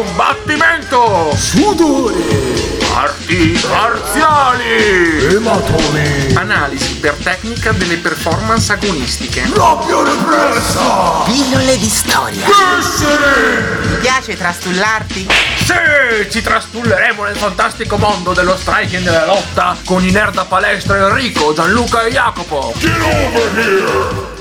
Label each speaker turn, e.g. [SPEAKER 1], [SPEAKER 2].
[SPEAKER 1] combattimento!
[SPEAKER 2] Sudore!
[SPEAKER 1] Arti marziali!
[SPEAKER 2] Ematome!
[SPEAKER 1] Analisi per tecnica delle performance agonistiche.
[SPEAKER 2] Proprio repressa!
[SPEAKER 3] Pillole di storia.
[SPEAKER 2] Essere!
[SPEAKER 4] Ti piace trastullarti?
[SPEAKER 1] Sì, ci trastulleremo nel fantastico mondo dello striking e della lotta con i nerd a palestra Enrico, Gianluca e Jacopo.
[SPEAKER 2] Get over here!